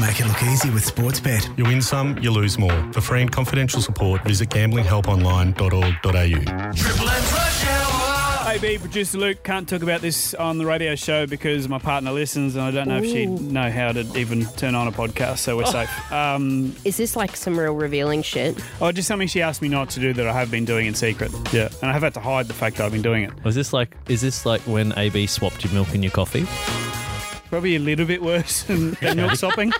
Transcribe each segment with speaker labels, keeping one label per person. Speaker 1: make it look easy with Sportsbet.
Speaker 2: You win some, you lose more. For free and confidential support, visit gamblinghelponline.org.au.
Speaker 3: Triple M's Rush Hour.
Speaker 4: AB producer Luke can't talk about this on the radio show because my partner listens, and I don't know if she'd know how to even turn on a podcast, so we're safe. Um,
Speaker 5: Is this like some real revealing shit?
Speaker 4: oh, just something she asked me not to do that I have been doing in secret. Yeah, and I have had to hide the fact that I've been doing it.
Speaker 6: Was this like? Is this like when AB swapped your milk and your coffee?
Speaker 4: Probably a little bit worse than, than milk sopping.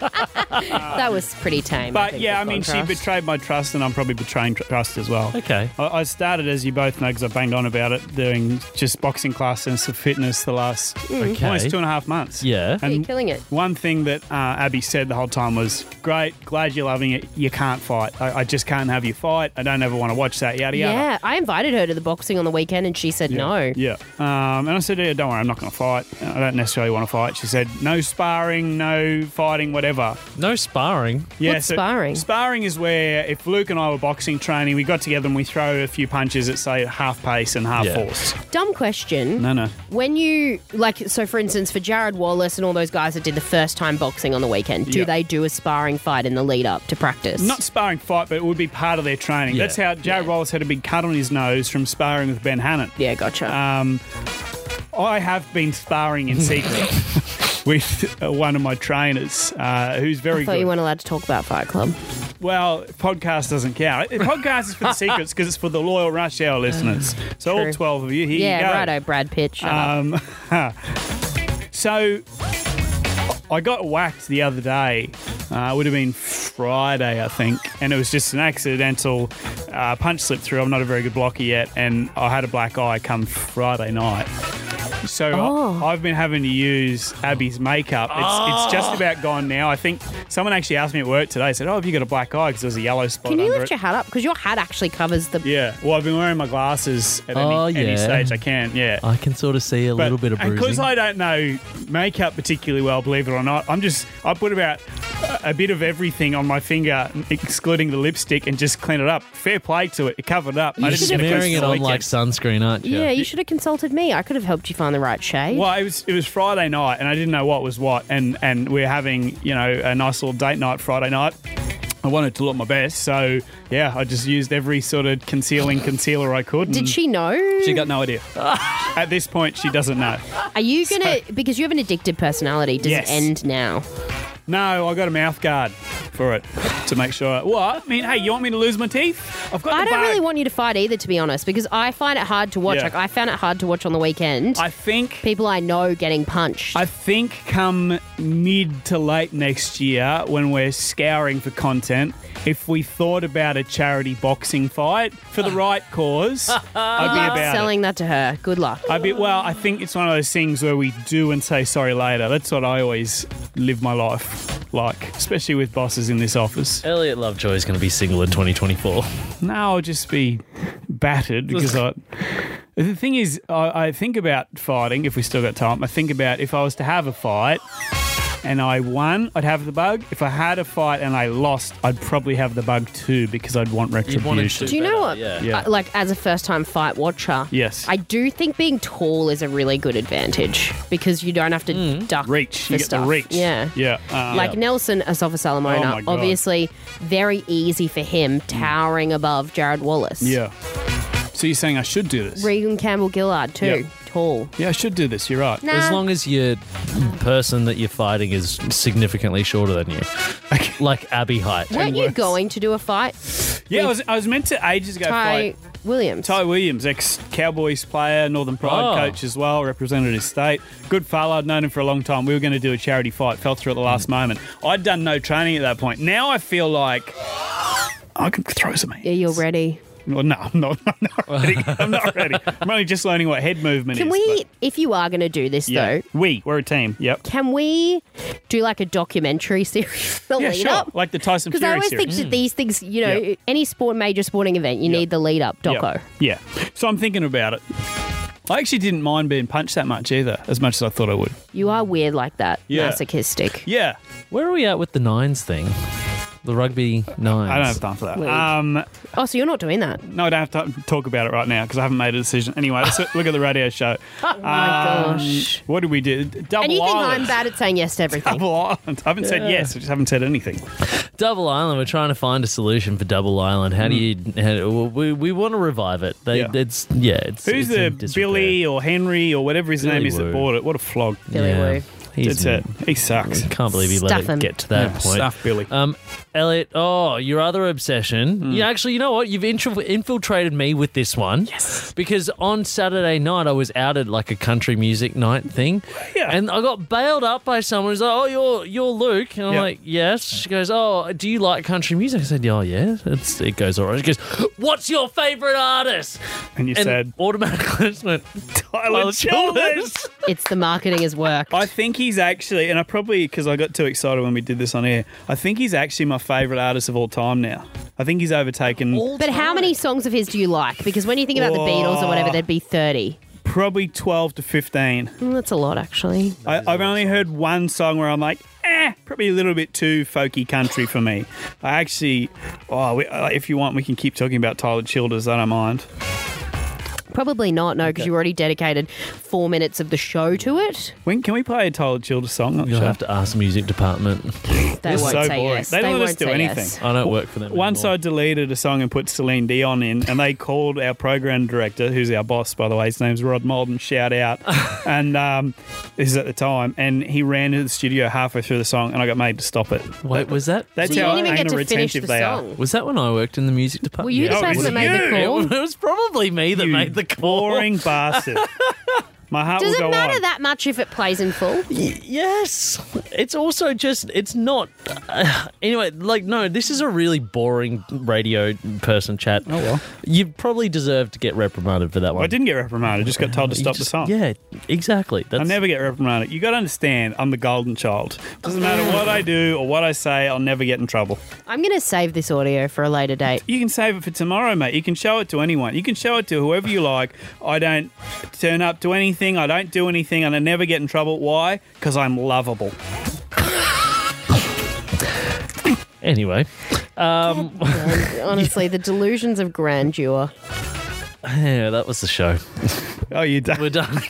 Speaker 5: that was pretty tame. I
Speaker 4: But
Speaker 5: think,
Speaker 4: yeah,
Speaker 5: the
Speaker 4: I mean, she
Speaker 5: contrast.
Speaker 4: betrayed my trust, and I'm probably betraying tr- trust as well.
Speaker 6: Okay.
Speaker 4: I, I started, as you both know, because I banged on about it, doing just boxing classes of fitness the last
Speaker 6: Okay.
Speaker 4: Mm, almost two and a half months.
Speaker 6: Yeah.
Speaker 5: Hey, killing it.
Speaker 4: One thing that uh, Abby said the whole time was, "Great, glad you're loving it. You can't fight. I, I just can't have you fight. I don't ever want to watch that. Yada yada."
Speaker 5: Yeah, I invited her to the boxing on the weekend and she said no.
Speaker 4: Yeah. Um, and I said, yeah, don't worry, I'm not going to fight. I don't necessarily want to fight. She said, no sparring, no fighting, whatever.
Speaker 6: No sparring.
Speaker 4: Yeah,
Speaker 5: What's sparring?
Speaker 4: Sparring is where if Luke and I were boxing training, we got together and we throw a few punches at, say, half pace and half
Speaker 6: Yeah.
Speaker 4: force.
Speaker 5: Dumb question.
Speaker 4: No, no.
Speaker 5: When you like, so for instance, for Jared Wallace and all those guys that did the first time boxing on the weekend, do
Speaker 4: Yeah.
Speaker 5: they do a sparring fight in the lead up to practice?
Speaker 4: Not sparring fight, but it would be part of their training.
Speaker 6: Yeah.
Speaker 4: That's how Jared Wallace had a big cut on his nose from sparring with Ben Hannon.
Speaker 5: yeah, gotcha.
Speaker 4: Um, I have been sparring in secret with uh, one of my trainers, uh, who's very
Speaker 5: I thought
Speaker 4: good.
Speaker 5: you weren't allowed to talk about Fight Club.
Speaker 4: well, podcast doesn't count. It- Podcast is for the secrets because it's for the loyal rush hour listeners. So all
Speaker 5: True.
Speaker 4: twelve of you, here you go. Uh,
Speaker 5: yeah, righto, Brad Pitt. Shut up.
Speaker 4: So I got whacked the other day. Uh, it would have been Friday, I think, and it was just an accidental uh, punch slip through. I'm not a very good blocker yet, and I had a black eye come Friday night. So
Speaker 5: Oh.
Speaker 4: I, have been having to use Abby's makeup. It's, it's just about gone now. I think someone actually asked me at work today. Said, "Oh, have you got a black eye? Because there's a yellow spot."
Speaker 5: Can you
Speaker 4: under
Speaker 5: lift
Speaker 4: it."
Speaker 5: your hat up because your hat actually covers the
Speaker 4: Yeah. Well, I've been wearing my glasses at any,
Speaker 6: Oh,
Speaker 4: any
Speaker 6: yeah.
Speaker 4: stage I can. Yeah.
Speaker 6: I can sort of see a
Speaker 4: But-
Speaker 6: little bit of
Speaker 4: and Because
Speaker 6: bruising.
Speaker 4: I don't know makeup particularly well, believe it or not, I'm just I put about a, a bit of everything on my finger, excluding the lipstick, and just clean it up. Fair play to it; it covered up. I
Speaker 6: You're
Speaker 4: didn't get a
Speaker 6: smearing
Speaker 4: question
Speaker 6: it
Speaker 4: all
Speaker 6: on
Speaker 4: weekend.
Speaker 6: like sunscreen, aren't you?
Speaker 5: Yeah, you should have consulted me. I could have helped you find the right shade.
Speaker 4: Well, it was it was Friday night, and I didn't know what was what, and and we are having you know a nice little date night Friday night. I wanted to look my best, so yeah, I just used every sort of concealing concealer I could.
Speaker 5: Did
Speaker 4: and
Speaker 5: she know?
Speaker 4: She got no idea. At this point, she doesn't know.
Speaker 5: Are you gonna because you have an addicted personality? Does
Speaker 4: Yes.
Speaker 5: it end now?
Speaker 4: No, I got a mouth guard for it to make sure. What? I mean, hey, you want me to lose my teeth? I've got.
Speaker 5: I
Speaker 4: the
Speaker 5: don't really
Speaker 4: bug.
Speaker 5: want you to fight either, to be honest, because I find it hard to watch.
Speaker 4: Yeah.
Speaker 5: Like I found it hard to watch on the weekend.
Speaker 4: I think.
Speaker 5: People I know getting punched.
Speaker 4: I think come mid to late next year, when we're scouring for content, if we thought about a charity boxing fight for the right cause, I'd be about it.
Speaker 5: Ah. selling that to her. Good luck.
Speaker 4: I be, well, I think it's one of those things where we do and say sorry later. That's what I always live my life like, especially with bosses in this office.
Speaker 6: Elliot Lovejoy is going to be single in 2024.
Speaker 4: No, I'll just be battered because I. The thing is, I, I think about fighting. If we still got time, I think about if I was to have a fight and I won, I'd have the bug. If I had a fight and I lost, I'd probably have the bug too because I'd want retribution.
Speaker 5: Do you know what?
Speaker 6: Yeah.
Speaker 4: Yeah.
Speaker 5: I- like as a first-time fight watcher,
Speaker 4: Yes.
Speaker 5: I do think being tall is a really good advantage because you don't have to duck
Speaker 4: reach,
Speaker 5: for
Speaker 4: you get
Speaker 5: stuff.
Speaker 4: the reach.
Speaker 5: Yeah,
Speaker 4: yeah. Um,
Speaker 5: Like Nelson Asafa
Speaker 4: Oh
Speaker 5: Salamona,
Speaker 4: my God.
Speaker 5: obviously very easy for him, towering above Jared Wallace.
Speaker 4: yeah. So you're saying I should do this?
Speaker 5: Regan Campbell Gillard too,
Speaker 4: Yeah.
Speaker 5: tall.
Speaker 4: yeah, I should do this. You're right.
Speaker 6: As
Speaker 5: Nah.
Speaker 6: long as your person that you're fighting is significantly shorter than you, like Abby height.
Speaker 5: Weren't you
Speaker 4: worse.
Speaker 5: going to do a fight,
Speaker 4: Yeah, I was, I was meant to ages ago
Speaker 5: Ty
Speaker 4: fight
Speaker 5: Williams?
Speaker 4: Ty Williams, ex Cowboys player, Northern Pride
Speaker 6: Oh.
Speaker 4: coach as well, represented his state. Good fella, I'd known him for a long time. We were going to do a charity fight, fell through at the last moment. I'd done no training at that point. Now I feel like I can throw some hands.
Speaker 5: yeah, you're ready.
Speaker 4: Well, no, I'm not, I'm not ready. I'm not ready. I'm only just learning what head movement
Speaker 5: Can
Speaker 4: is.
Speaker 5: we,
Speaker 4: but-
Speaker 5: if you are going to do this
Speaker 4: yeah.
Speaker 5: though,
Speaker 4: We, we're a team. Yep.
Speaker 5: can we do like a documentary series? The
Speaker 4: Yeah,
Speaker 5: lead
Speaker 4: sure.
Speaker 5: up.
Speaker 4: Like the Tyson
Speaker 5: Because I
Speaker 4: Fury
Speaker 5: always
Speaker 4: series.
Speaker 5: think that these things, you know,
Speaker 4: Yeah.
Speaker 5: any sport, major sporting event, you
Speaker 4: Yeah.
Speaker 5: need the lead up
Speaker 4: Yep.
Speaker 5: doco.
Speaker 4: Yeah. So I'm thinking about it. I actually didn't mind being punched that much either, as much as I thought I would.
Speaker 5: You are weird like that,
Speaker 4: Yeah.
Speaker 5: masochistic.
Speaker 4: Yeah.
Speaker 6: Where are we at with the nines thing? The rugby nines.
Speaker 4: I don't have time for that.
Speaker 5: League.
Speaker 4: Um,
Speaker 5: Oh, so you're not doing that?
Speaker 4: no, I don't have to talk about it right now because I haven't made a decision. Anyway, let's look at the radio show.
Speaker 5: Oh my
Speaker 4: Um,
Speaker 5: gosh.
Speaker 4: What did we do? Double
Speaker 5: And you think
Speaker 4: Island.
Speaker 5: I'm bad at saying yes to everything?
Speaker 4: Double Island. I haven't said yes. I just haven't said anything.
Speaker 6: Double Island. We're trying to find a solution for Double Island. How do you? How, we we want to revive it. They,
Speaker 4: Hmm. Yeah.
Speaker 6: It's yeah. It's
Speaker 4: Who's
Speaker 6: it's in
Speaker 4: the
Speaker 6: disrepair.
Speaker 4: Billy or Henry or whatever his
Speaker 6: Billy
Speaker 4: name is
Speaker 6: Wu.
Speaker 4: that bought it? What a flog.
Speaker 5: Billy
Speaker 6: Yeah.
Speaker 5: Wu.
Speaker 6: He's
Speaker 4: That's it. He sucks.
Speaker 6: Can't believe he
Speaker 5: Stuff
Speaker 6: let
Speaker 5: him.
Speaker 6: it get to that
Speaker 4: Yeah,
Speaker 6: point.
Speaker 4: Stuff Billy.
Speaker 6: Um, Elliot, oh, your other obsession.
Speaker 4: Hmm.
Speaker 6: You actually, you know what? You've intro- infiltrated me with this one. Yes. Because on Saturday night, I was out at like a country music night thing.
Speaker 4: Yeah.
Speaker 6: And I got bailed up by someone who's like, oh, you're, you're Luke. And I'm
Speaker 4: Yeah.
Speaker 6: like, yes. She goes, oh, do you like country music? I said, oh, yeah. It's, it goes all right. She goes, what's your favorite artist?
Speaker 4: and you
Speaker 6: and
Speaker 4: said,
Speaker 6: automatically just went,
Speaker 4: Tyler
Speaker 6: Tyler
Speaker 4: Childers.
Speaker 6: Childers.
Speaker 5: It's the marketing has worked.
Speaker 4: I think he's actually, and I probably, because I got too excited when we did this on air, I think he's actually my favourite artist of all time now. I think he's overtaken
Speaker 6: All
Speaker 5: But how
Speaker 6: time.
Speaker 5: many songs of his do you like? Because when you think about the Beatles or whatever, there'd be 30.
Speaker 4: probably 12 to 15.
Speaker 5: Mm, that's a lot, actually.
Speaker 4: I, I've only heard one song where I'm like, eh, probably a little bit too folky country for me. I actually, oh, we, uh, if you want, we can keep talking about Tyler Childers. I don't mind.
Speaker 5: Probably not, no, because you already dedicated four minutes of the show to it.
Speaker 4: When can we play a Tyler Childers song? Not
Speaker 6: You'll
Speaker 4: sure.
Speaker 6: have to ask the music department.
Speaker 5: They
Speaker 4: It's
Speaker 5: won't
Speaker 4: so
Speaker 5: say
Speaker 4: boring.
Speaker 5: yes.
Speaker 4: They don't let us
Speaker 5: won't
Speaker 4: do
Speaker 5: say
Speaker 4: anything.
Speaker 5: yes.
Speaker 6: I don't work for them.
Speaker 4: Once
Speaker 6: anymore.
Speaker 4: I deleted a song and put Celine Dion in, and they called our program director, who's our boss, by the way. His name's Rod Malden. Shout out! and um, this is at the time, and he ran into the studio halfway through the song, and I got made to stop it.
Speaker 6: Wait, was that
Speaker 4: That's
Speaker 5: So you
Speaker 4: how
Speaker 5: didn't even get
Speaker 4: anal
Speaker 5: to finish
Speaker 4: retentive
Speaker 5: the
Speaker 4: they are.
Speaker 5: song.
Speaker 6: was that when I worked in the music department?
Speaker 5: Were you the
Speaker 4: Yeah,
Speaker 5: person
Speaker 4: it
Speaker 5: that made
Speaker 4: was
Speaker 5: the
Speaker 4: you.
Speaker 5: call?
Speaker 6: It was probably me that
Speaker 4: You
Speaker 6: made the call.
Speaker 4: Boring bastard. My heart
Speaker 5: Does
Speaker 4: will go
Speaker 5: it matter
Speaker 4: on.
Speaker 5: that much if it plays in full?
Speaker 6: Yes, it's also just it's not. anyway, like no, this is a really boring radio person chat. Oh
Speaker 4: well.
Speaker 6: you probably deserve to get reprimanded for that one.
Speaker 4: I didn't get reprimanded. Just got told to
Speaker 6: You
Speaker 4: stop
Speaker 6: just-
Speaker 4: the song.
Speaker 6: Yeah, exactly. That's,
Speaker 4: I never get reprimanded. You got to understand, I'm the golden child. Doesn't matter what I do or what I say, I'll never get in trouble.
Speaker 5: I'm going to save this audio for a later date.
Speaker 4: You can save it for tomorrow, mate. You can show it to anyone. You can show it to whoever you like. I don't turn up to anything. I don't do anything, and I never get in trouble. Why? Because I'm lovable.
Speaker 6: Anyway,
Speaker 4: Um,
Speaker 5: Honestly, the delusions of grandeur.
Speaker 6: yeah, that was the show.
Speaker 4: Oh, you
Speaker 6: We're
Speaker 4: don't.
Speaker 6: done.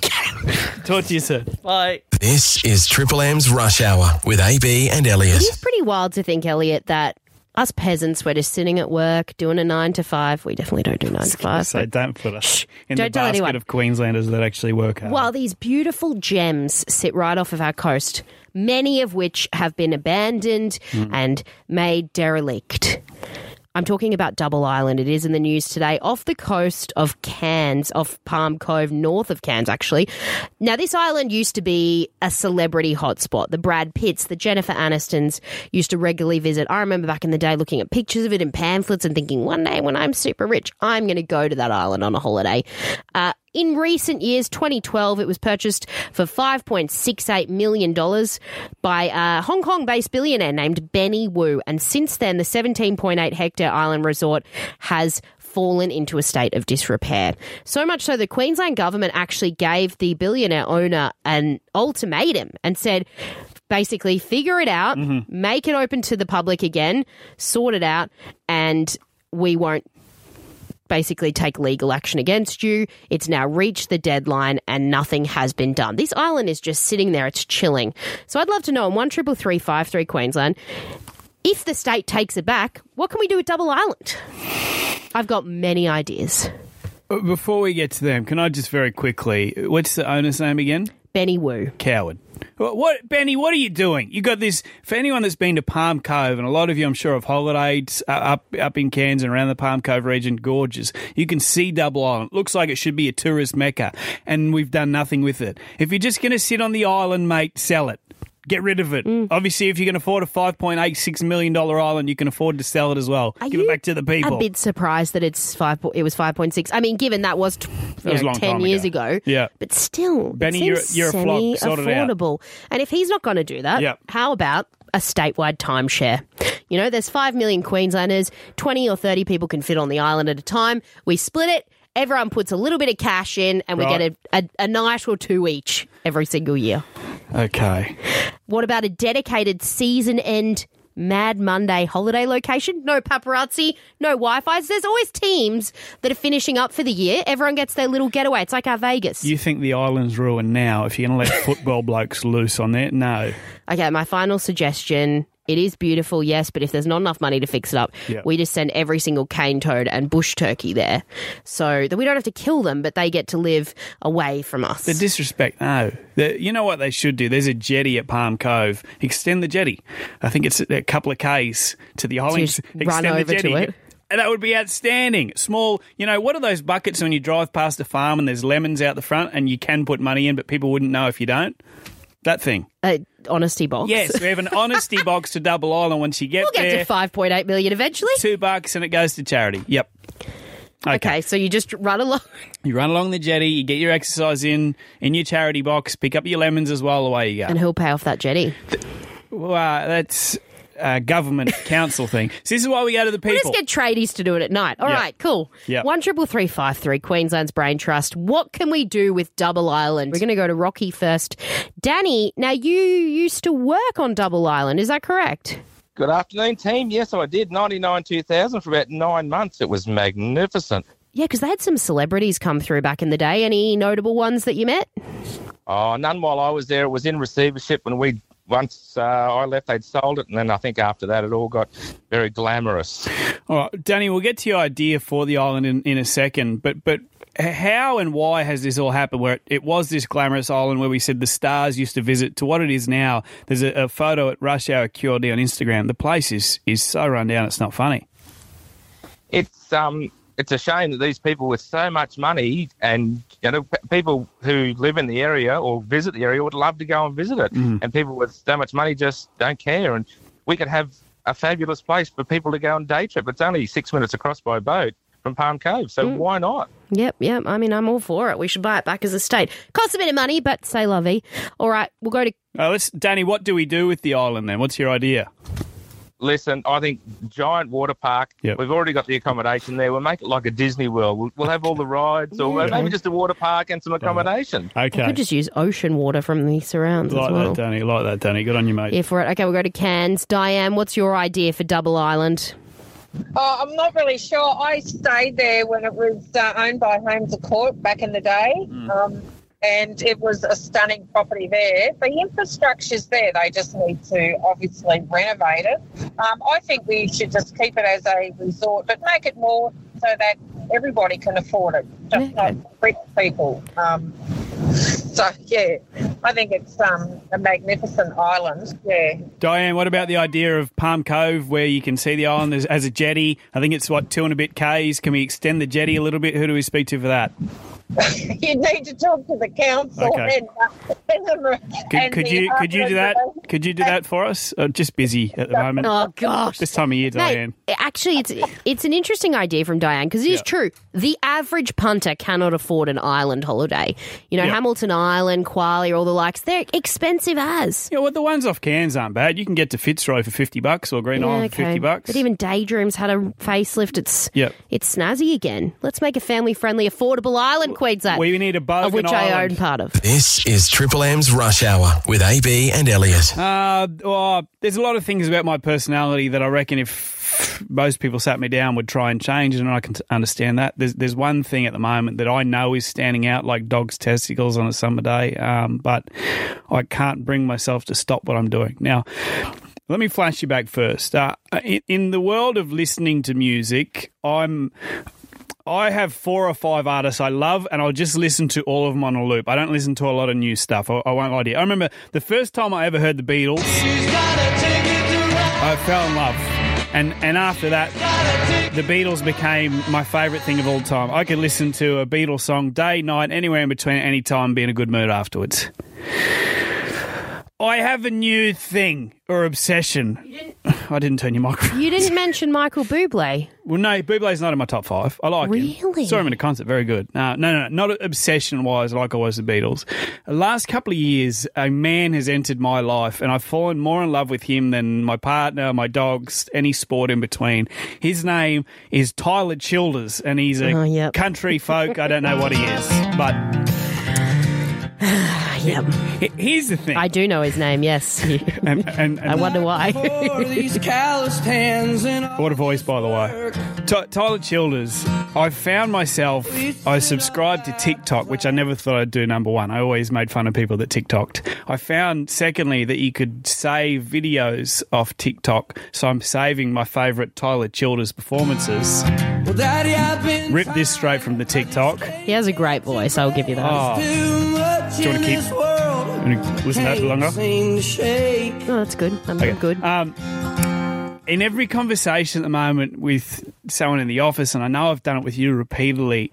Speaker 4: Talk to you soon.
Speaker 6: Bye.
Speaker 1: This is Triple M's Rush Hour with AB and Elliot.
Speaker 5: It's pretty wild to think, Elliot, that us peasants, we're just sitting at work doing a nine to five. We definitely don't do nine to five.
Speaker 4: So don't put us in the
Speaker 5: Don't tell
Speaker 4: basket
Speaker 5: anyone.
Speaker 4: of Queenslanders that actually work hard.
Speaker 5: While these beautiful gems sit right off of our coast, many of which have been abandoned and made derelict. I'm talking about Double Island. It is in the news today, off the coast of Cairns, off Palm Cove, north of Cairns, actually. Now, this island used to be a celebrity hotspot. The Brad Pitts, the Jennifer Anistons used to regularly visit. I remember back in the day looking at pictures of it and pamphlets and thinking, one day when I'm super rich, I'm going to go to that island on a holiday. Uh, in recent years, 2012, it was purchased for $5.68 million by a Hong Kong based billionaire named Benny Wu. And since then, the 17.8 hectare island resort has fallen into a state of disrepair. So much so, the Queensland government actually gave the billionaire owner an ultimatum and said, basically, figure it out, make it open to the public again, sort it out, and we won't basically take legal action against you. It's now reached the deadline and nothing has been done. This island is just sitting there. It's chilling. So I'd love to know on one triple three five three Queensland, if the state takes it back, what can we do with Double Island? I've got many ideas.
Speaker 4: Before we get to them, can I just very quickly? What's the owner's name again?
Speaker 5: Benny Wu.
Speaker 4: coward. What, what, Benny? What are you doing? You got this. For anyone that's been to Palm Cove, and a lot of you, I'm sure, have holidayed uh, up up in Cairns and around the Palm Cove region, gorges. You can see Double Island. Looks like it should be a tourist mecca, and we've done nothing with it. If you're just going to sit on the island, mate, sell it. Get rid of it.
Speaker 5: Mm.
Speaker 4: Obviously, if you can afford a five point eight six million dollar island, you can afford to sell it as well.
Speaker 5: Are
Speaker 4: Give it
Speaker 5: you
Speaker 4: back to the people.
Speaker 5: A bit surprised that it's five. po- It was five point six. I mean, given that was, t- you
Speaker 4: was a
Speaker 5: know,
Speaker 4: long
Speaker 5: ten
Speaker 4: time
Speaker 5: years
Speaker 4: ago.
Speaker 5: ago.
Speaker 4: Yeah.
Speaker 5: but still,
Speaker 4: Benny,
Speaker 5: it
Speaker 4: you're-
Speaker 5: seems
Speaker 4: you're a flog. Sort it out.
Speaker 5: semi-affordable. And if he's not going to do that,
Speaker 4: Yeah.
Speaker 5: how about a statewide timeshare? You know, there's five million Queenslanders. Twenty or thirty people can fit on the island at a time. We split it. Everyone puts a little bit of cash in, and we
Speaker 4: Right.
Speaker 5: get a, a, a night or two each every single year.
Speaker 4: okay.
Speaker 5: What about a dedicated season end Mad Monday holiday location. No paparazzi, no Wi Fi. There's always teams that are finishing up for the year. Everyone gets their little getaway. It's like our Vegas.
Speaker 4: You think the island's ruined now if you're going to let football blokes loose on there? No.
Speaker 5: Okay, my final suggestion. It is beautiful, yes, but if there's not enough money to fix it up,
Speaker 4: Yeah.
Speaker 5: we just send every single cane toad and bush turkey there. So that we don't have to kill them, but they get to live away from us.
Speaker 4: The disrespect, no. The, you know what they should do? There's a jetty at Palm Cove. Extend the jetty. I think it's a, a couple of Ks to the island.
Speaker 5: just
Speaker 4: Extend
Speaker 5: run
Speaker 4: the
Speaker 5: over to
Speaker 4: jetty.
Speaker 5: it.
Speaker 4: And that would be outstanding. Small, you know, what are those buckets when you drive past a farm and there's lemons out the front and you can put money in, but people wouldn't know if you don't? That thing.
Speaker 5: uh, honesty box.
Speaker 4: Yes, we have an honesty box to Double Island once you get
Speaker 5: We'll get
Speaker 4: there.
Speaker 5: to 5.8 million eventually.
Speaker 4: Two bucks and it goes to charity. Yep.
Speaker 5: Okay, so you just run along.
Speaker 4: You run along the jetty, you get your exercise in, in your charity box, pick up your lemons as well, away you go.
Speaker 5: And who'll pay off that jetty?
Speaker 4: Wow, that's a government council thing. So this is why we go to the
Speaker 5: We'll
Speaker 4: people.
Speaker 5: just get tradies to do it at night. All right,
Speaker 4: Yeah.
Speaker 5: cool.
Speaker 4: Yeah.
Speaker 5: One triple three five three Queensland's Brain Trust. What can we do with Double Island? We're going to go to Rocky first. Danny, now you used to work on Double Island, is that correct?
Speaker 7: Good afternoon, team. Yes, I did. 99 2000 for about nine months. It was magnificent.
Speaker 5: Yeah, because they had some celebrities come through back in the day. Any notable ones that you met?
Speaker 7: Oh, none while I was there. It was in receivership when we once uh, I left, they'd sold it. And then I think after that, it all got very glamorous.
Speaker 4: All right, Danny, we'll get to your idea for the island in, in a second, but but h- how and why has this all happened? Where it, it was this glamorous island where we said the stars used to visit to what it is now. There's a, a photo at Rush Hour QRD on Instagram. The place is is so run down, it's not funny.
Speaker 7: It's um, it's a shame that these people with so much money and you know p- people who live in the area or visit the area would love to go and visit it, and people with so much money just don't care. And we could have a fabulous place for people to go on day trip. It's only six minutes across by boat from Palm Cove, so why not?
Speaker 5: Yep, yep. I mean, I'm all for it. We should buy it back as a state. Costs a bit of money, but say lovey. All right, we'll go to
Speaker 4: Uh, let's, Danny, what do we do with the island then? What's your idea?
Speaker 7: listen, I think giant water park.
Speaker 4: Yep.
Speaker 7: We've already got the accommodation there. We'll make it like a Disney World. We'll, we'll have all the rides, or maybe just a water park and some accommodation.
Speaker 4: Okay,
Speaker 5: We could just use ocean water from the surrounds
Speaker 4: like
Speaker 5: as well.
Speaker 4: that, Danny. Like that, Danny. Good on you, mate.
Speaker 5: Yeah, for it. Okay, we'll go to Cairns. Diane, what's your idea for Double Island?
Speaker 8: Oh, I'm not really sure. I stayed there when it was uh, owned by Holmes of Court back in the day, um, and it was a stunning property there. The infrastructure's there; they just need to obviously renovate it. Um, I think we should just keep it as a resort, but make it more so that everybody can afford it, just
Speaker 5: Yeah.
Speaker 8: not rich people. Um, so yeah, I think it's um, a magnificent island. Yeah.
Speaker 4: Diane, what about the idea of Palm Cove, where you can see the island as, as a jetty? I think it's what two and a bit k's. Can we extend the jetty a little bit? Who do we speak to for that?
Speaker 8: you need to talk to the council
Speaker 4: Okay.
Speaker 8: and, uh, and the,
Speaker 4: Could,
Speaker 8: and
Speaker 4: could
Speaker 8: the
Speaker 4: you could you do that?
Speaker 8: arbour-
Speaker 4: Could you do that for us? I'm just busy at the moment.
Speaker 5: Oh gosh.
Speaker 4: This time of year,
Speaker 5: Mate,
Speaker 4: Diane.
Speaker 5: actually, it's it's an interesting idea from Diane because it is
Speaker 4: Yeah.
Speaker 5: true. The average punter cannot afford an island holiday. You know,
Speaker 4: Yeah.
Speaker 5: Hamilton Island, Qualia, all the likes. They're expensive as.
Speaker 4: Yeah, well, the ones off Cairns aren't bad. You can get to Fitzroy for fifty bucks or Green
Speaker 5: Yeah,
Speaker 4: Island for fifty bucks.
Speaker 5: But even Daydreams had a facelift. It's
Speaker 4: Yep.
Speaker 5: it's snazzy again. Let's make a family friendly, affordable island, Queensland,
Speaker 4: we need a boat
Speaker 5: of which
Speaker 4: and
Speaker 5: I
Speaker 4: island.
Speaker 5: own part of.
Speaker 1: This is Triple M's Rush Hour with AB and Elliot.
Speaker 4: Uh, oh, there's a lot of things about my personality that I reckon if most people sat me down would try and change, and I can t- understand that. There's there's one thing at the moment that I know is standing out like dog's testicles on a summer day, um, but I can't bring myself to stop what I'm doing now. Let me flash you back first. Uh, in, in the world of listening to music, I'm I have four or five artists I love, and I'll just listen to all of them on a loop. I don't listen to a lot of new stuff. I, I won't lie to you. I remember the first time I ever heard the Beatles, I fell in love. And, and after that, the Beatles became my favourite thing of all time. I could listen to a Beatles song day, night, anywhere in between, any time, be in a good mood afterwards. I have a new thing or obsession. I didn't turn your microphone.
Speaker 5: You didn't mention Michael Bublé.
Speaker 4: Well, no, Bublé's not in my top five. I like him.
Speaker 5: Really?
Speaker 4: Saw him in a concert. Very good. No, no, no, no, not obsession-wise like I was the Beatles. The last couple of years, a man has entered my life, and I've fallen more in love with him than my partner, my dogs, any sport in between. His name is Tyler Childers, and he's a
Speaker 5: Oh, Uh-huh, yep.
Speaker 4: country folk. I don't know what he is, but
Speaker 5: Yep.
Speaker 4: He- Here's the thing.
Speaker 5: I do know his name, yes.
Speaker 4: and, and, and
Speaker 5: I wonder why.
Speaker 3: For these calloused hands and
Speaker 4: What a voice, by the way. T- Tyler Childers. I found myself, I subscribed to TikTok, which I never thought I'd do, number one. I always made fun of people that TikToked. I found, secondly, that you could save videos off TikTok. So I'm saving my favourite Tyler Childers performances.
Speaker 3: well, daddy, I've been
Speaker 4: Rip this straight from the TikTok.
Speaker 5: He has a great voice, I'll give you that.
Speaker 4: Oh,
Speaker 3: too much
Speaker 4: you wanna
Speaker 3: in
Speaker 4: keep-
Speaker 3: this world.
Speaker 4: wanna listen to that longer?
Speaker 3: Can't seem to shake.
Speaker 5: No, Oh, that's good. I'm I'm good.
Speaker 4: Um, in every conversation at the moment with someone in the office, and I know I've done it with you repeatedly,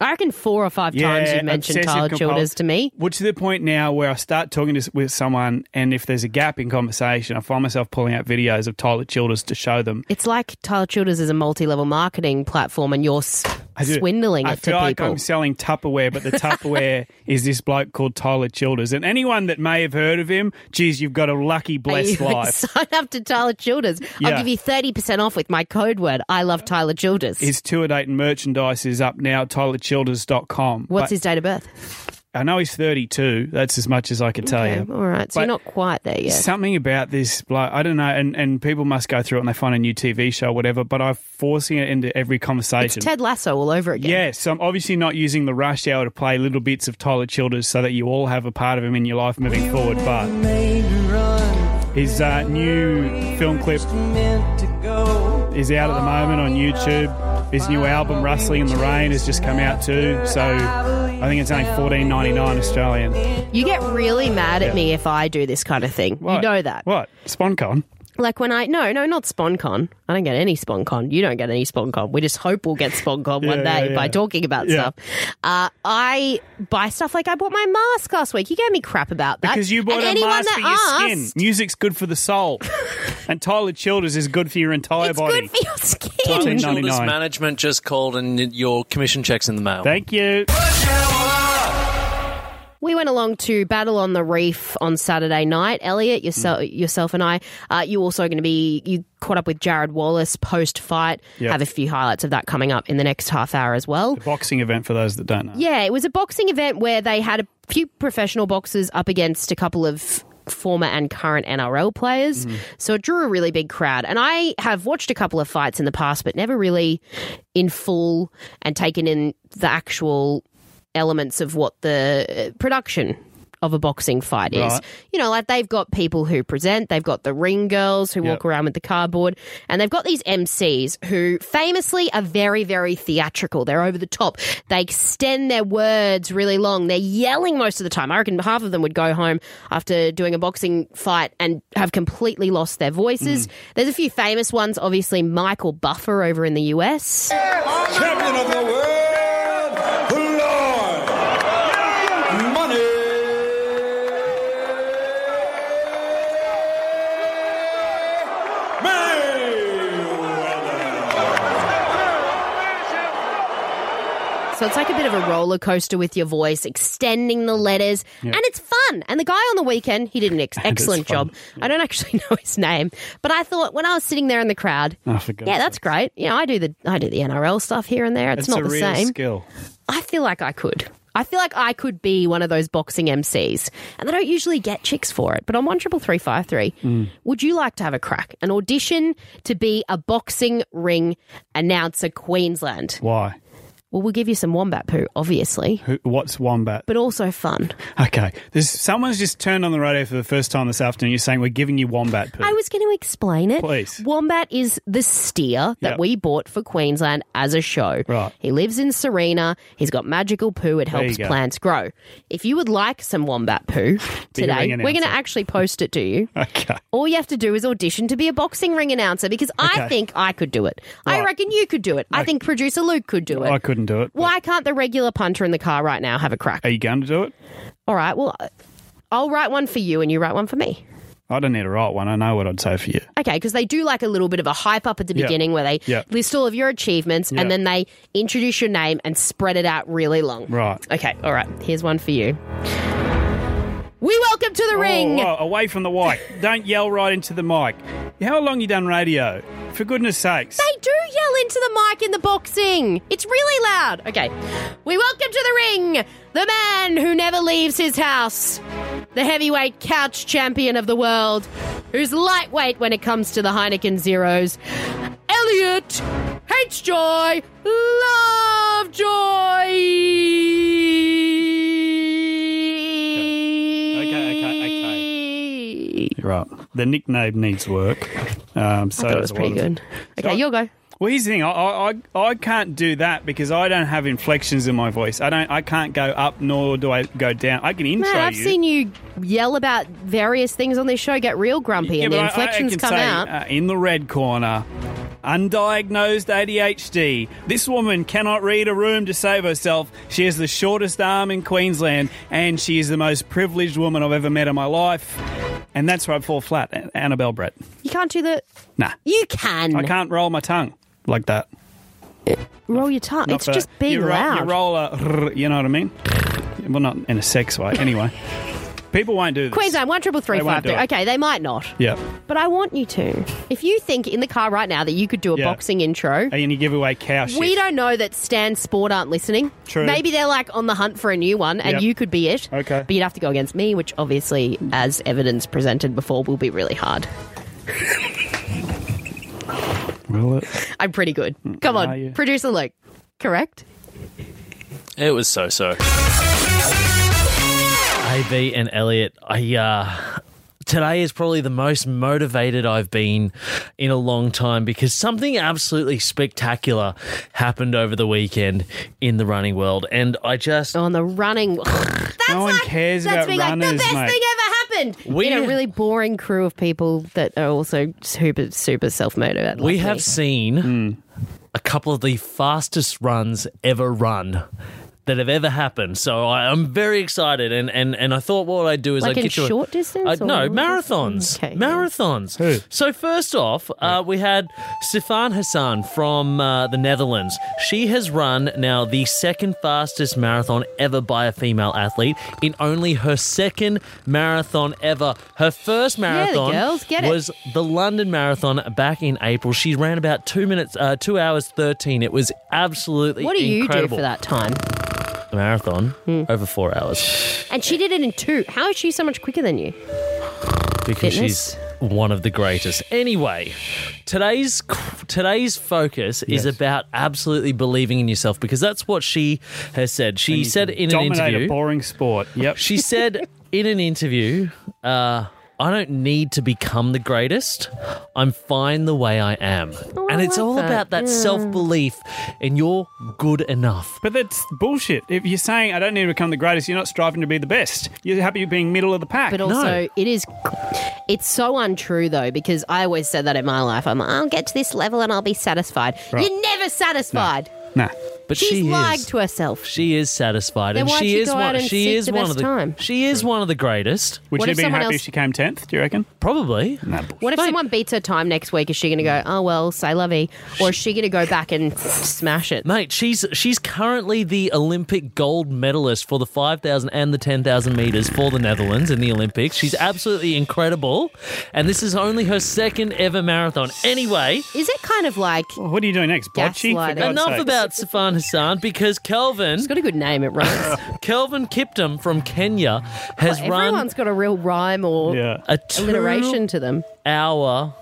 Speaker 5: I reckon four or five times you've mentioned
Speaker 4: obsessive
Speaker 5: Tyler
Speaker 4: compul-
Speaker 5: Childers to me.
Speaker 4: Well, to the point now where I start talking to, s- with someone, and if there's a gap in conversation, I find myself pulling out videos of Tyler Childers to show them.
Speaker 5: It's like Tyler Childers is a multi-level marketing platform, and you're s-
Speaker 4: I do-
Speaker 5: swindling
Speaker 4: I
Speaker 5: it
Speaker 4: feel
Speaker 5: to
Speaker 4: like
Speaker 5: people.
Speaker 4: I'm selling Tupperware, but the Tupperware is this bloke called Tyler Childers. And anyone that may have heard of him, geez, you've got a lucky, blessed
Speaker 5: You
Speaker 4: life.
Speaker 5: Sign up to Tyler Childers.
Speaker 4: Yeah.
Speaker 5: I'll give you thirty percent off with my code word. I love Tyler Childers.
Speaker 4: His tour date and merchandise is up now, tylerchilders.com.
Speaker 5: What's
Speaker 4: But
Speaker 5: his date of birth?
Speaker 4: I know he's 32. That's as much as I can tell
Speaker 5: Okay,
Speaker 4: you.
Speaker 5: all right, so
Speaker 4: Oh, But-
Speaker 5: you're not quite there yet.
Speaker 4: Something about this, like I don't know, and, and people must go through it and they find a new TV show, or whatever. But I'm forcing it into every
Speaker 5: it's
Speaker 4: conversation.
Speaker 5: Ted Lasso all over again.
Speaker 4: Yes, I'm obviously not using the rush hour to play little bits of Tyler Childers so that you all have a part of him in your life moving forward. But his uh, new film clip is out at the moment on YouTube. His new album, Rustling in the Rain, has just come out too. So I think it's only 14.99 Australian.
Speaker 5: You get really mad at
Speaker 4: Yeah.
Speaker 5: me if I do this kind of thing. You
Speaker 4: What?
Speaker 5: know that.
Speaker 4: What? SponCon?
Speaker 5: Like when I no, no, not SponCon. I don't get any SponCon. You don't get any SponCon. We just hope we'll get SponCon one
Speaker 4: Yeah,
Speaker 5: day
Speaker 4: yeah, yeah.
Speaker 5: by talking about
Speaker 4: Yeah.
Speaker 5: stuff. Uh, I buy stuff like I bought my mask last week. You gave me crap about that
Speaker 4: Because you bought
Speaker 5: And
Speaker 4: a
Speaker 5: anyone
Speaker 4: mask for your
Speaker 5: that
Speaker 4: skin.
Speaker 5: asked,
Speaker 4: Music's good for the soul. and Tyler Childers is good for your entire
Speaker 5: It's
Speaker 4: body.
Speaker 5: good for your skin.
Speaker 6: Tyler
Speaker 4: 14.99.
Speaker 6: Childers management just called and your commission checks in the mail.
Speaker 4: Thank you.
Speaker 5: We went along to Battle on the Reef on Saturday night. Elliot, yourself,
Speaker 4: Mm.
Speaker 5: yourself and I, uh, you also going to be you caught up with Jared Wallace post fight.
Speaker 4: Yep.
Speaker 5: Have a few highlights of that coming up in the next half hour as well.
Speaker 4: Boxing event for those that don't know.
Speaker 5: Yeah, it was a boxing event where they had a few professional boxers up against a couple of former and current NRL players. So it drew a really big crowd. And I have watched a couple of fights in the past, but never really in full and taken in the actual elements of what the uh, production of a boxing fight is.
Speaker 4: Right.
Speaker 5: You know, like they've got people who present, they've got the ring girls who walk around with the cardboard, and they've got these MCs who famously are very, very theatrical. They're over the top. They extend their words really long. They're yelling most of the time. I reckon half of them would go home after doing a boxing fight and have completely lost their voices. There's a few famous ones, obviously, Michael Buffer over in the US.
Speaker 3: Champion of the world, the Lord. Money. Mayweather.
Speaker 5: So it's like a bit of a roller coaster with your voice, extending the letters, and it's fun. And the guy on the weekend, he did an ex- excellent
Speaker 4: fun.
Speaker 5: job. I don't actually know his name, but I thought when I was sitting there in the crowd,
Speaker 4: I forgot.
Speaker 5: Oh, yeah, that's great. You know, I do the I do the NRL stuff here and there. It's,
Speaker 4: It's
Speaker 5: not
Speaker 4: a
Speaker 5: the
Speaker 4: real
Speaker 5: same.
Speaker 4: skill.
Speaker 5: I feel like I could. I feel like I could be one of those boxing MCs, and I don't usually get chicks for it. But on one triple three five three, would you like to have a crack, an audition to be a boxing ring announcer, Queensland?
Speaker 4: Why?
Speaker 5: Well, we'll give you some wombat poo, obviously,
Speaker 4: Who, what's Wombat?
Speaker 5: but also fun.
Speaker 4: Okay. There's someone's just turned on the radio for the first time this afternoon. You're saying we're giving you wombat poo.
Speaker 5: I was going to explain it.
Speaker 4: Please.
Speaker 5: Wombat is the steer that
Speaker 4: Yep.
Speaker 5: we bought for Queensland as a show.
Speaker 4: Right.
Speaker 5: He lives in Serena. He's got magical poo. It
Speaker 4: you
Speaker 5: helps
Speaker 4: go.
Speaker 5: plants grow. If you would like some wombat poo today,
Speaker 4: ring
Speaker 5: we're going
Speaker 4: announcer.
Speaker 5: to actually post it to you.
Speaker 4: okay.
Speaker 5: All you have to do is audition to be a boxing ring announcer because I
Speaker 4: Okay.
Speaker 5: think I could do it. I
Speaker 4: Right.
Speaker 5: reckon you could do it. I think producer Luke could do it.
Speaker 4: I couldn't do it.
Speaker 5: Why can't the regular punter in the car right now have a crack?
Speaker 4: Are you going to do it?
Speaker 5: All right, well, I'll write one for you and you write one for me.
Speaker 4: I don't need to write one. I know what I'd say for you.
Speaker 5: Okay, because they do like a little bit of a hype up at the
Speaker 4: Yeah.
Speaker 5: beginning where they
Speaker 4: Yeah.
Speaker 5: list all of your achievements
Speaker 4: Yeah.
Speaker 5: and then they introduce your name and spread it out really long.
Speaker 4: Right.
Speaker 5: Okay, all right, here's one for you. We welcome to the ring.
Speaker 4: Oh, whoa, away from the mic. don't yell right into the mic. How long you done radio? For goodness sakes.
Speaker 5: They do yell into the mic in the boxing. It's really loud. Okay. We welcome to the ring the man who never leaves his house, the heavyweight couch champion of the world, who's lightweight when it comes to the Heineken Zeros, Elliot H. Joy Lovejoy.
Speaker 4: Okay, okay, Right. The nickname needs work. Um, so
Speaker 5: That was pretty good. Okay, you'll go.
Speaker 4: Well, here's the thing. I, I, I I can't do that because I don't have inflections in my voice. I don't. I can't go up nor do I go down. I can intro
Speaker 5: Man, I've
Speaker 4: you.
Speaker 5: seen you yell about various things on this show, get real grumpy, and the
Speaker 4: but I- I
Speaker 5: inflections
Speaker 4: can
Speaker 5: come
Speaker 4: say,
Speaker 5: out.
Speaker 4: Uh, in the red corner, undiagnosed ADHD. This woman cannot read a room to save herself. She has the shortest arm in Queensland, and she is the most privileged woman I've ever met in my life. And that's where I fall flat. An- Annabelle Brett.
Speaker 5: you can't do the.
Speaker 4: Nah,
Speaker 5: You can.
Speaker 4: I can't roll my tongue like that.
Speaker 5: Roll your tongue.
Speaker 4: Not
Speaker 5: It's
Speaker 4: for-
Speaker 5: just being
Speaker 4: you roll,
Speaker 5: loud.
Speaker 4: You roll a, you know what I mean? Well, not in a sex way. Anyway, people won't do this.
Speaker 5: Queensland one triple three
Speaker 4: They won't
Speaker 5: five three.
Speaker 4: do it.
Speaker 5: Okay, they might not,
Speaker 4: Yeah.
Speaker 5: but I want you to. If you think in the car right now that you could do a
Speaker 4: Yeah.
Speaker 5: boxing intro,
Speaker 4: And you give away cow shit.
Speaker 5: we don't know that Stan Sport aren't listening.
Speaker 4: True.
Speaker 5: Maybe they're like on the hunt for a new one, and
Speaker 4: Yep.
Speaker 5: you could be it.
Speaker 4: Okay.
Speaker 5: but you'd have to go against me, which obviously, as evidence presented before, will be really hard.
Speaker 4: Will it?
Speaker 5: I'm pretty good. Come
Speaker 4: Mm, Are
Speaker 5: on,
Speaker 4: you?
Speaker 5: producer Luke. Correct.
Speaker 9: It was so so.
Speaker 6: AV and Elliot, I uh today is probably the most motivated I've been in a long time because something absolutely spectacular happened over the weekend in the running world and I just
Speaker 5: on the running. that's
Speaker 4: No one
Speaker 5: like-
Speaker 4: cares
Speaker 5: that's
Speaker 4: about
Speaker 5: being like the
Speaker 4: runners,
Speaker 5: best
Speaker 4: mate.
Speaker 5: thing ever happened.
Speaker 6: We-
Speaker 5: We in a really boring crew of people that are also super super self motivated.
Speaker 6: we have seen
Speaker 9: Hmm.
Speaker 6: a couple of the fastest runs ever run that have ever happened. So I, I'm very excited and, and, and I thought what I'd do is
Speaker 5: Like
Speaker 6: I'd
Speaker 5: in
Speaker 6: get you a-
Speaker 5: short distance
Speaker 6: Uh,
Speaker 5: or
Speaker 6: no,
Speaker 5: long
Speaker 6: marathons.
Speaker 5: distance? Okay, yeah.
Speaker 6: marathons.
Speaker 4: Who?
Speaker 6: So first off, uh, we had Sifan Hassan from uh, the Netherlands. She has run now the second fastest marathon ever by a female athlete in only her second marathon ever. Her first marathon
Speaker 5: girls get it.
Speaker 6: was the London Marathon back in April. She ran about two minutes, uh, two hours thirteen. It was absolutely
Speaker 5: What do you do
Speaker 6: incredible.
Speaker 5: for that Hmm. time?
Speaker 6: marathon? Over four hours
Speaker 5: And she did it in two. How is she so much quicker than you?
Speaker 6: because
Speaker 5: Fitness.
Speaker 6: she's one of the greatest. Anyway, today's today's focus
Speaker 4: Yes.
Speaker 6: is about absolutely believing in yourself because that's what she has said. She said in an
Speaker 4: Dominate
Speaker 6: interview.
Speaker 4: a boring sport. Yep.
Speaker 6: She said in an interview, uh, I don't need to become the greatest. I'm fine the way I am. and
Speaker 5: Oh, I
Speaker 6: it's
Speaker 5: like
Speaker 6: all
Speaker 5: that.
Speaker 6: about that self belief and you're good enough.
Speaker 4: But that's bullshit. If you're saying I don't need to become the greatest, you're not striving to be the best. You're happy being middle of the pack.
Speaker 5: But also,
Speaker 6: No.
Speaker 5: it is. It's so untrue though, because I always said that in my life. I'm. I'll get to this level and I'll be satisfied. You're never satisfied.
Speaker 4: nah.
Speaker 6: But
Speaker 5: She's
Speaker 6: she
Speaker 5: lied
Speaker 6: is.
Speaker 5: to herself.
Speaker 6: She is satisfied,
Speaker 5: Then
Speaker 6: and
Speaker 5: why don't
Speaker 6: she
Speaker 5: you
Speaker 6: is
Speaker 5: go
Speaker 6: one.
Speaker 5: out and
Speaker 6: she
Speaker 5: seek
Speaker 6: is
Speaker 5: the
Speaker 6: one
Speaker 5: best
Speaker 6: of the.
Speaker 5: time?
Speaker 6: She is one of the greatest,
Speaker 4: Would
Speaker 5: What
Speaker 4: she
Speaker 5: if
Speaker 4: have been
Speaker 5: someone
Speaker 4: happy if
Speaker 5: else-
Speaker 4: she came tenth? Do you reckon?
Speaker 6: probably.
Speaker 4: Nah, bullshit.
Speaker 5: What if
Speaker 6: Mate.
Speaker 5: someone beats her time next week? Is she going to go, oh, well, say lovey? Or is she going to go back and smash it?
Speaker 6: Mate, she's she's currently the Olympic gold medalist for the 5,000 and the 10,000 meters for the Netherlands in the Olympics. She's absolutely incredible, and this is only her second ever marathon. Anyway,
Speaker 5: Is it kind of like.
Speaker 4: Well, what do you do next? Bocce? For
Speaker 5: Gaslighting.
Speaker 4: God's
Speaker 6: enough
Speaker 4: sake.
Speaker 6: about Safan Hassan because Kelvin
Speaker 5: It's got a good name, it rhymes.
Speaker 6: Kelvin Kiptum from Kenya has run
Speaker 5: Everyone's got a real rhyme or
Speaker 4: Yeah.
Speaker 6: a two
Speaker 5: alliteration to them.
Speaker 6: hour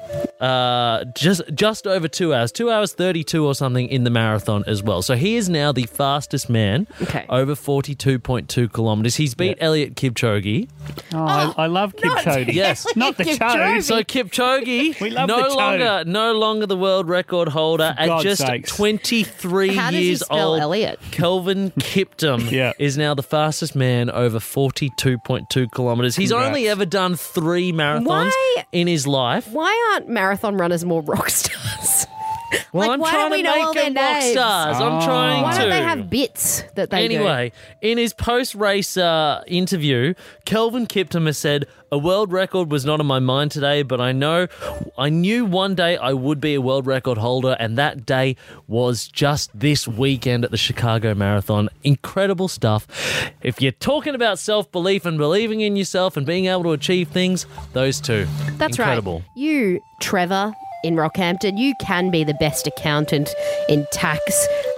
Speaker 6: uh just just over two hours two hours 32 or something in the marathon as well so he is now the fastest man
Speaker 5: Okay.
Speaker 6: over 42.2 kilometers he's beat elliot kipchoge
Speaker 4: Oh, I, I love Kipchoge.
Speaker 6: Yes.
Speaker 4: Not the
Speaker 5: Kipchoge.
Speaker 4: chode.
Speaker 6: so kipchoge
Speaker 4: Oh, We love the
Speaker 6: no
Speaker 4: toe.
Speaker 6: longer no longer the world record holder at
Speaker 4: God's
Speaker 6: just
Speaker 4: sakes.
Speaker 6: 23
Speaker 5: How does he
Speaker 6: years
Speaker 5: spell
Speaker 6: old
Speaker 5: Elliot?
Speaker 6: Kelvin Kiptum
Speaker 4: Yeah.
Speaker 6: is now the fastest man over 42.2 kilometers. He's
Speaker 4: Congrats.
Speaker 6: only ever done three marathons
Speaker 5: Why-
Speaker 6: in his life.
Speaker 5: Why aren't marathon runners more rock stars?
Speaker 6: Well,
Speaker 5: Like,
Speaker 6: I'm
Speaker 5: why
Speaker 6: trying
Speaker 5: don't we
Speaker 6: to
Speaker 5: know
Speaker 6: make
Speaker 5: all their
Speaker 6: them rock
Speaker 5: names?
Speaker 6: stars. I'm trying
Speaker 5: Why
Speaker 6: to.
Speaker 5: don't they have bits that they do?
Speaker 6: Anyway, in his post-race uh, interview, Kelvin Kiptum has said, "A world record was not on my mind today, but I know, I knew one day I would be a world record holder, and that day was just this weekend at the Chicago Marathon. Incredible stuff. If you're talking about self-belief and believing in yourself and being able to achieve things, those two,
Speaker 5: That's
Speaker 6: incredible.
Speaker 5: right. You, Trevor, in Rockhampton, you can be the best accountant in tax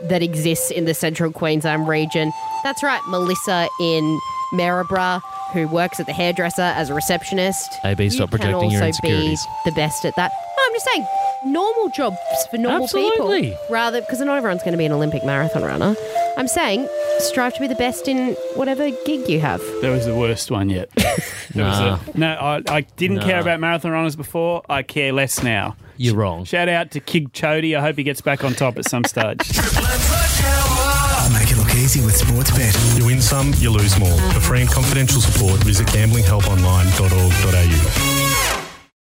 Speaker 5: that exists in the central Queensland region. That's right, Melissa in Maryborough, who works at the hairdresser as a receptionist.
Speaker 6: AB, stop
Speaker 5: you can
Speaker 6: projecting your
Speaker 5: also
Speaker 6: insecurities.
Speaker 5: Be the best at that. No, I'm just saying, normal jobs for normal
Speaker 6: Absolutely.
Speaker 5: people. Rather, because not everyone's going to be an Olympic marathon runner. I'm saying, strive to be the best in whatever gig you have.
Speaker 4: That was the worst one yet.
Speaker 6: Nah,
Speaker 4: no, I, I didn't
Speaker 6: Nah.
Speaker 4: care about marathon runners before. I care less now.
Speaker 6: you're wrong.
Speaker 4: Shout out to Kig Chody. I hope he gets back on top at some stage.
Speaker 1: I'll make it look easy with Sportsbet.
Speaker 2: You win some, you lose more. For free and confidential support, visit gamblinghelponline.org.au.